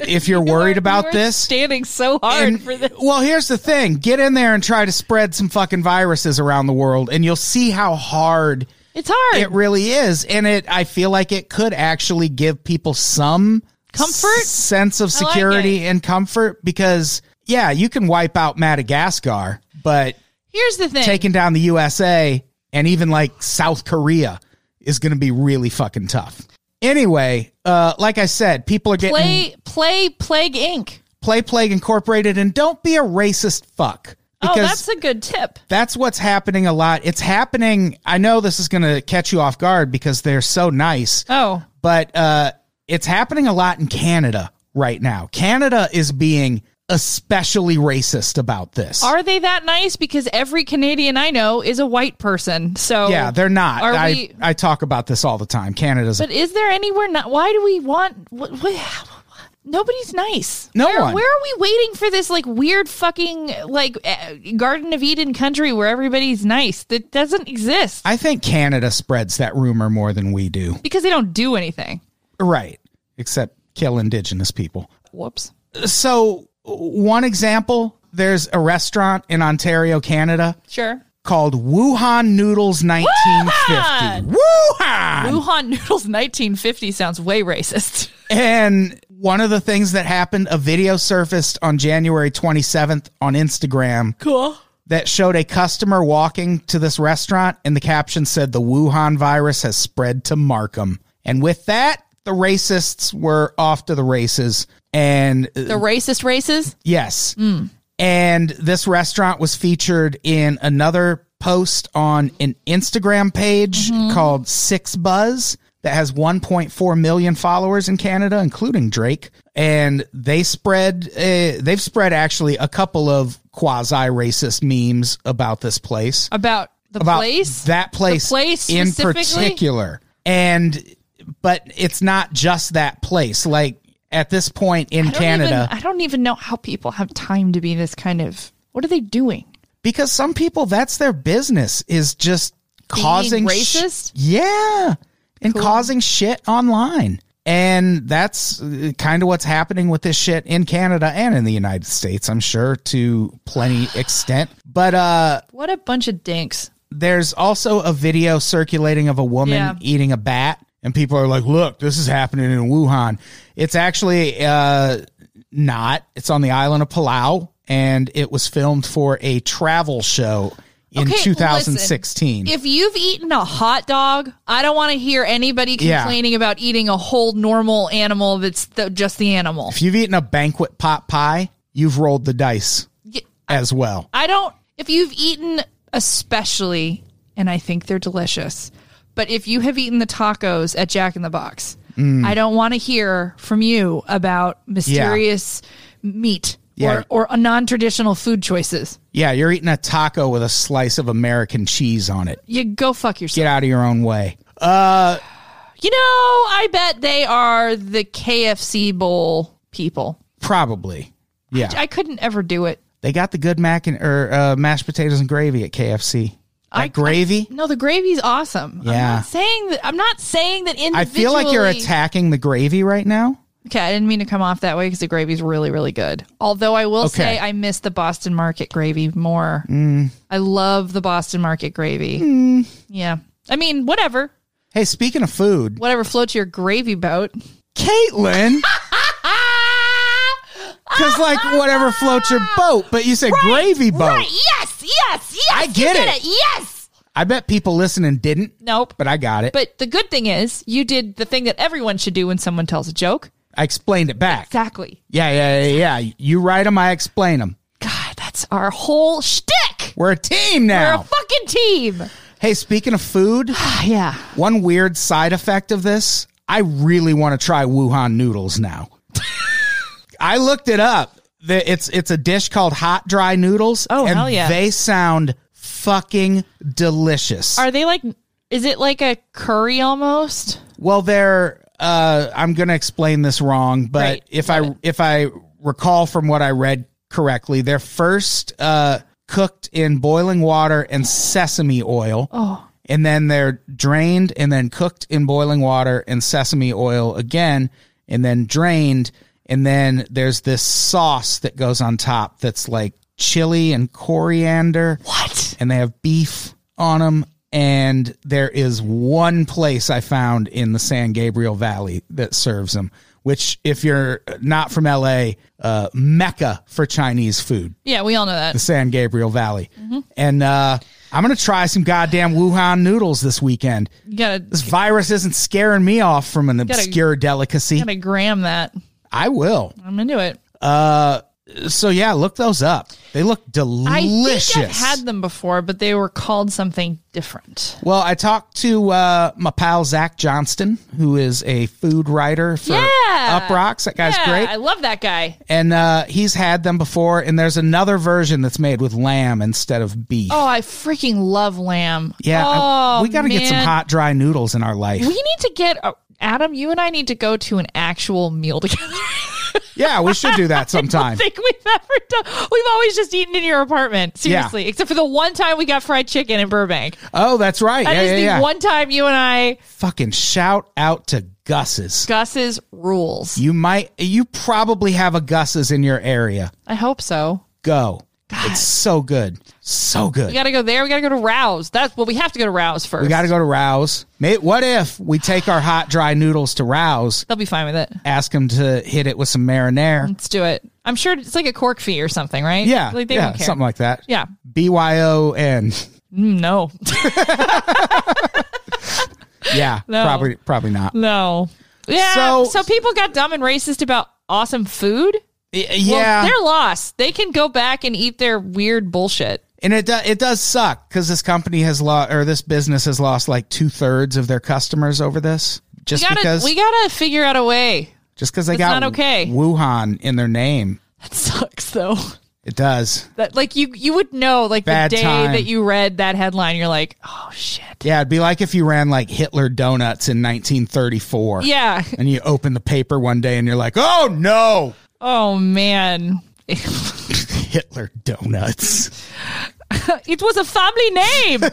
if
<laughs>
you're worried
You
about
are
this.
standing so hard
And-
for this.
Well, here's the thing: get in there and try to spread some fucking viruses around the world, and you'll see how hard
It's hard.
it really is. And it, I feel like it could actually give people some
Comfort?
s- sense of
I like
security and comfort because, yeah, you can wipe out Madagascar, but
Here's the thing.
taking down the USA and even like South Korea is going to be really fucking tough. Anyway, uh, like I said, people are getting
play play Plague Inc.
play Plague Incorporated and don't be a racist fuck.
Oh,
Because
that's a good tip.
that's what's happening a lot. It's happening. I know this is going to catch you off guard because they're so nice,
Oh,
but uh, it's happening a lot in Canada right now. Canada is being especially racist about this.
Are they that nice? Because every Canadian I know is a white person. So
yeah, they're not.
Are
I,
we-
I talk about this all the time. Canada's
But is there anywhere? Not why do we want? What, what, nobody's nice.
No
where,
one.
Where are we waiting for this like weird fucking like eh, Garden of Eden country where everybody's nice that doesn't exist
I think Canada spreads that rumor more than we do.
because they don't do anything.
Right. Except kill indigenous people.
Whoops.
So, one example there's a restaurant in Ontario, Canada
Sure.
called Wuhan Noodles 1950. Wuhan!
Wuhan <laughs> noodles 1950 sounds way racist.
And one of the things that happened, a video surfaced on January 27th on Instagram
Cool.
that showed a customer walking to this restaurant, and the caption said, The Wuhan virus has spread to Markham. And with that, the racists were off to the races. And uh,
The racist races?
yes.
Mm.
And this restaurant was featured in another post on an Instagram page
Mm-hmm.
called Six Buzz that has 1.4 million followers in Canada, including Drake. And they spread, uh, they've spread actually a couple of quasi racist memes about this place
About the
about
place?
that place,
The place
in
specifically?
particular and but it's not just that place like at this point in
I don't
canada
even- I don't even know how people have time to be this kind of. What are they doing?
because some people that's their business is just causing sh-
racist?
yeah and causing shit online and that's uh, kind of what's happening with this shit in canada and in the united states i'm sure to plenty extent but uh
What a bunch of dinks.
there's also a video circulating of a woman
Yeah.
eating a bat and people are like look this is happening in wuhan it's actually uh, not it's on the island of palau and it was filmed for a travel show in
Okay,
2016
If you've eaten a hot dog, I don't want to hear anybody
Yeah.
complaining about eating a whole normal animal that's the, just the animal.
if you've eaten a banquet pot pie you've rolled the dice
Y-
as well
I don't. If you've eaten, especially, and I think they're delicious, but if you have eaten the tacos at Jack in the Box,
Mm.
I don't want to hear from you about mysterious meat
Yeah.
or, or non traditional food choices.
yeah you're eating a taco with a slice of american cheese on it
You go fuck yourself.
get out of your own way
You know, I bet they are the KFC bowl people.
probably yeah
I couldn't ever do it.
They got the good mac and or uh, mashed potatoes and gravy at KFC. That
I-
gravy.
No, the gravy's awesome.
Yeah.
I'm not saying that I'm not saying that individually
I, feel like you're attacking the gravy right now.
Okay, I didn't mean to come off that way because the gravy's really, really good. Although I will
Okay. Mm.
say I miss the Boston Market gravy more. I love the Boston Market gravy. Yeah. I mean, whatever.
Hey, speaking of food,
Whatever floats your gravy boat.
Caitlin, Ah!
Ah!
because like whatever floats your boat, but you said gravy boat.
Yes, yes, yes.
I
you
get it.
Yes.
I bet people listening didn't,
Nope.
but I got it.
But the good thing is, you did the thing that everyone should do when someone tells a joke.
I explained it back.
Exactly.
Yeah, yeah, yeah, yeah. You write them, I explain them.
God, that's our whole shtick.
We're a team
We're a
now.
fucking team.
hey, speaking of
<sighs>
food, <sighs>
Ah, yeah.
one weird side effect of this, I really want to try Wuhan noodles now. <laughs> I looked it up. The- It's it's a dish called hot dry noodles.
Oh,
and
hell yeah.
They sound fucking delicious.
Are they like? Is it like a curry almost?
well, they're uh, I'm gonna explain this wrong, but
Right.
if I if I recall from what I read correctly, they're first uh, cooked in boiling water and sesame oil. Oh. And then they're drained and then cooked in boiling water and sesame oil again, and then drained. And then there's this sauce that goes on top that's like chili and coriander.
What?
And they have beef on them. And there is one place I found in the San Gabriel Valley that serves them, which, if you're not from LA, uh, mecca for Chinese food,
Yeah, we all know that.
the San Gabriel Valley.
Mm-hmm.
And uh, I'm going to try some goddamn Wuhan noodles this weekend.
You gotta
This virus isn't scaring me off from an
Gotta-
obscure delicacy.
gotta gram that.
I will.
I'm into it.
So, yeah, look those up. They look delicious.
I think I've had them before, but they were called something different.
Well, I talked to uh, my pal Zach Johnston, who is a food writer for
Yeah.
Up Rocks. That guy's
yeah,
great,
I love that guy.
and uh, he's had them before. And there's another version that's made with lamb instead of beef.
Oh, I freaking love lamb.
yeah, I-
oh,
we got to get some
man.
hot dry noodles in our life.
We need to get uh, Adam. You and I need to go to an actual meal together. <laughs>
Yeah, we should do that sometime.
I <laughs> think we've ever done. We've always just eaten in your apartment, seriously, except for the one time we got fried chicken in Burbank.
oh, that's right.
That
yeah,
is
yeah,
the
yeah.
one time you and I
Fucking shout out to Gus's.
Gus's rules.
You might, you probably have a Gus's in your area.
I hope so.
Go. It's so good. So good.
We got to go there. We got to go to Rouse. That's well, we have to go to Rouse first.
We got to go to Rouse. May, what if we take our hot, dry noodles to Rouse,
They'll be fine with it.
ask him to hit it with some marinara?
Let's do it. I'm sure it's like a cork fee or something, right?
Yeah.
Mm. like they
yeah.
don't care.
Something like that.
yeah, <laughs>
BYON.
Mm, no,
Yeah.
No.
Probably, probably not.
no. Yeah.
So-
So, people got dumb and racist about awesome food.
Y-
Well,
Yeah.
they're lost. They can go back and eat their weird bullshit.
and it, do, it does suck because this company has lost, or this business has lost like two thirds of their customers over this.
We
Just
gotta,
because,
we gotta figure out a way.
just because they
it's
got
not okay.
Wuhan in their name.
That sucks though. <laughs>
It does.
That like you you would know like
Bad
the day
time.
that you read that headline, you're like, oh shit.
Yeah. It'd be like if you ran like Hitler donuts in 1934.
Yeah.
and you open the paper one day and you're like, oh no, <laughs>
Oh man. <laughs> it
Hitler donuts.
was a
<laughs>
family name.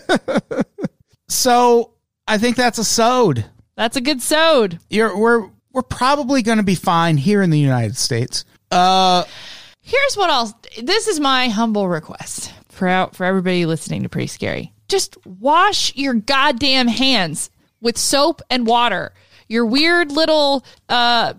So I think that's a sode.
That's a good sode.
You're we're we're probably going to be fine here in the United States. Uh,
Here's what else. This is my humble request for out for everybody listening to Pretty Scary. Just wash your goddamn hands with soap and water. Your weird little uh,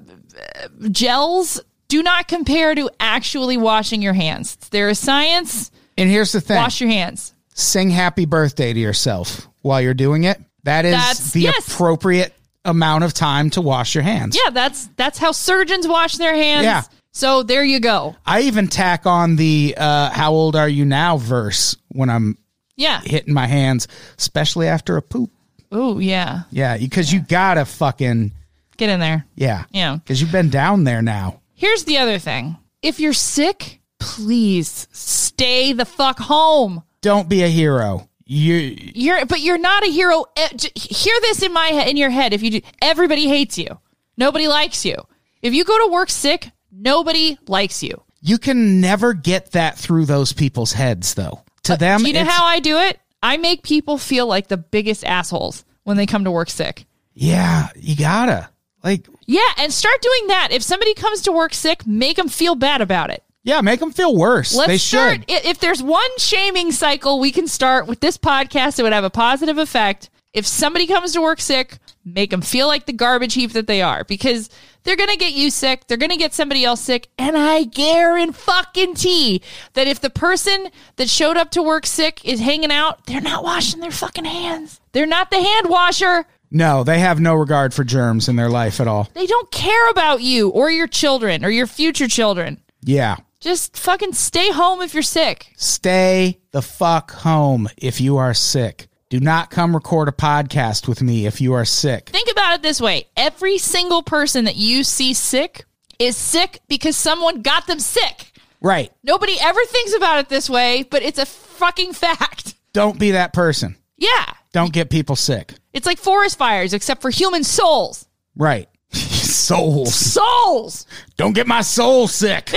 gels do not compare to actually washing your hands. There is science.
and here's the thing:
Wash your hands.
sing "Happy Birthday" to yourself while you're doing it. That is
That's-
the
yes.
appropriate amount of time to wash your hands.
Yeah, that's that's how surgeons wash their hands.
Yeah.
So there you go.
I even tack on the uh, "How old are you now?" verse when I'm
Yeah.
hitting my hands, especially after a poop.
Oh yeah.
Yeah, because you gotta fucking
Get in there.
yeah
Yeah.
because you've been down there now.
Here's the other thing. If you're sick, please stay the fuck home.
don't be a hero. You
You're but you're not a hero. Eh, j- Hear this in my he- in your head. If you do, everybody hates you. Nobody likes you. If you go to work sick, nobody likes you.
you can never get that through those people's heads though. To them,
Do you know
it's-
how I do it? I make people feel like the biggest assholes when they come to work sick.
yeah, you gotta like
Yeah, and start doing that. If somebody comes to work sick, make them feel bad about it.
yeah, make them feel worse.
Let's
they
start.
should.
i- If there's one shaming cycle we can start with this podcast, it would have a positive effect. If somebody comes to work sick, make them feel like the garbage heap that they are because they're going to get you sick. They're going to get somebody else sick. And I guarantee that if the person that showed up to work sick is hanging out, they're not washing their fucking hands. They're not the hand washer.
No, they have no regard for germs in their life at all.
They don't care about you or your children or your future children.
Yeah,
Just fucking stay home if you're sick.
stay the fuck home if you are sick. Do not come record a podcast with me if you are sick.
Think about it this way every single person that you see sick is sick because someone got them sick.
Right.
Nobody ever thinks about it this way, but it's a fucking fact. <laughs>
Don't be that person.
Yeah.
Don't get people sick.
It's like forest fires, except for human souls.
Right. <laughs> Souls.
Souls!
Don't get my soul sick.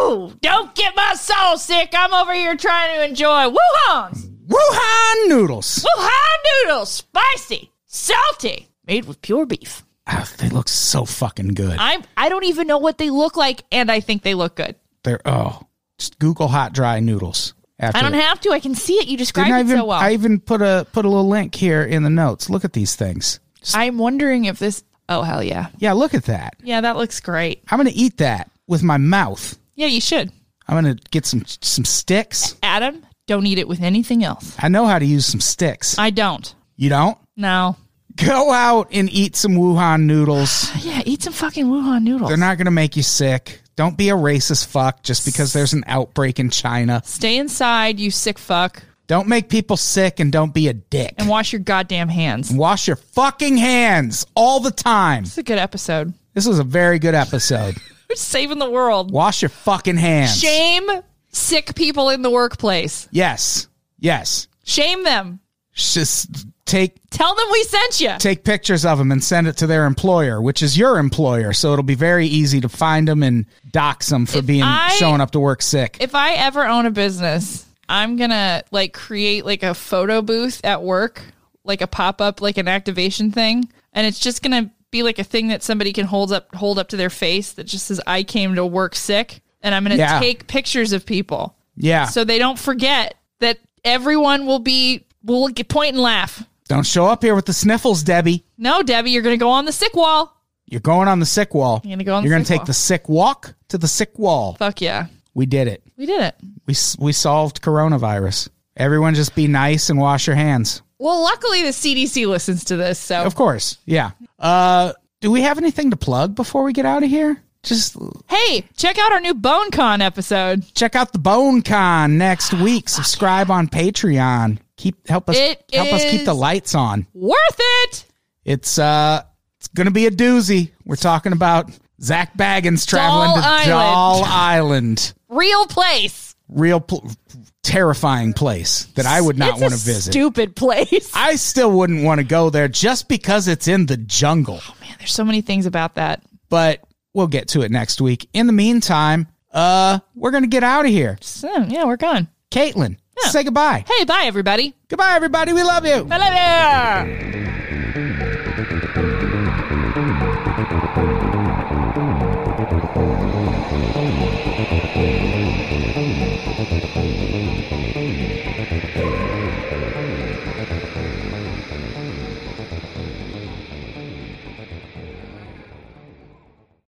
Ooh, don't get my soul sick. I'm over here trying to enjoy Wuhan's.
Wuhan noodles.
Wuhan noodles, spicy, salty, made with pure beef.
Ah, they look so fucking good.
I'm, I don't even know what they look like, and I think they look good.
They're oh, just Google hot dry noodles. After
I don't
that.
have to. I can see it. You described
Didn't I
it
even,
so well.
I even put a put a little link here in the notes. Look at these things.
I'm wondering if this. Oh hell yeah,
Yeah, look at that.
yeah, that looks great.
I'm gonna eat that with my mouth.
Yeah, you should,
I'm gonna get some some sticks.
Adam. Don't eat it with anything else.
I know how to use some sticks.
I don't.
You don't
No.
go out and eat some Wuhan noodles.
Yeah, eat some fucking Wuhan noodles.
They're not gonna make you sick. Don't be a racist fuck just because there's an outbreak in China.
Stay inside, you sick fuck,
Don't make people sick and don't be a dick.
and wash your goddamn hands. It's
Wash your fucking hands all the time.
a good episode.
This was a very good episode.
We're saving the world.
Wash your fucking hands.
Shame sick people in the workplace.
Yes. Yes.
Shame them.
Just take
Tell them we sent you.
take pictures of them and send it to their employer, which is your employer. So it'll be very easy to find them and dox them for being
I-
showing up to work sick.
if I ever own a business, I'm gonna like create like a photo booth at work, like a pop up, like an activation thing, and it's just gonna be like a thing that somebody can hold up hold up to their face that just says "I came to work sick," and I'm gonna
Yeah.
take pictures of people
yeah.
so they don't forget that everyone will be will get point and laugh.
Don't show up here with the sniffles, Debbie.
No, Debbie, you're gonna go on the sick wall.
You're going on the sick wall. You're
gonna go on the
You're gonna
sick
take
wall.
the sick walk to the sick wall.
Fuck yeah,
We did it.
we did it.
We s- we solved coronavirus. Everyone, just be nice and wash your hands.
Well, luckily the CDC listens to this, so
Of course. Yeah. Uh, do we have anything to plug before we get out of here? Just
hey, check out our new BoneCon episode.
check out the Bone Con next week. Subscribe on Patreon. Keep help us
It
help us keep the
is-
lights on.
Worth it.
It's uh it's gonna be a doozy. We're talking about Zach Baggins traveling
Doll
to
Island.
Doll Island.
real place.
Real pl- terrifying place that I would not
It's
want
a
to visit.
Stupid place.
I still wouldn't want to go there just because it's in the jungle.
Man, there's so many things about that.
But we'll get to it next week. In the meantime, uh we're gonna get out of here.
So, yeah, we're gone.
Caitlin, say goodbye.
Hey, bye everybody.
Goodbye everybody. We love you.
I love you.
Thank you.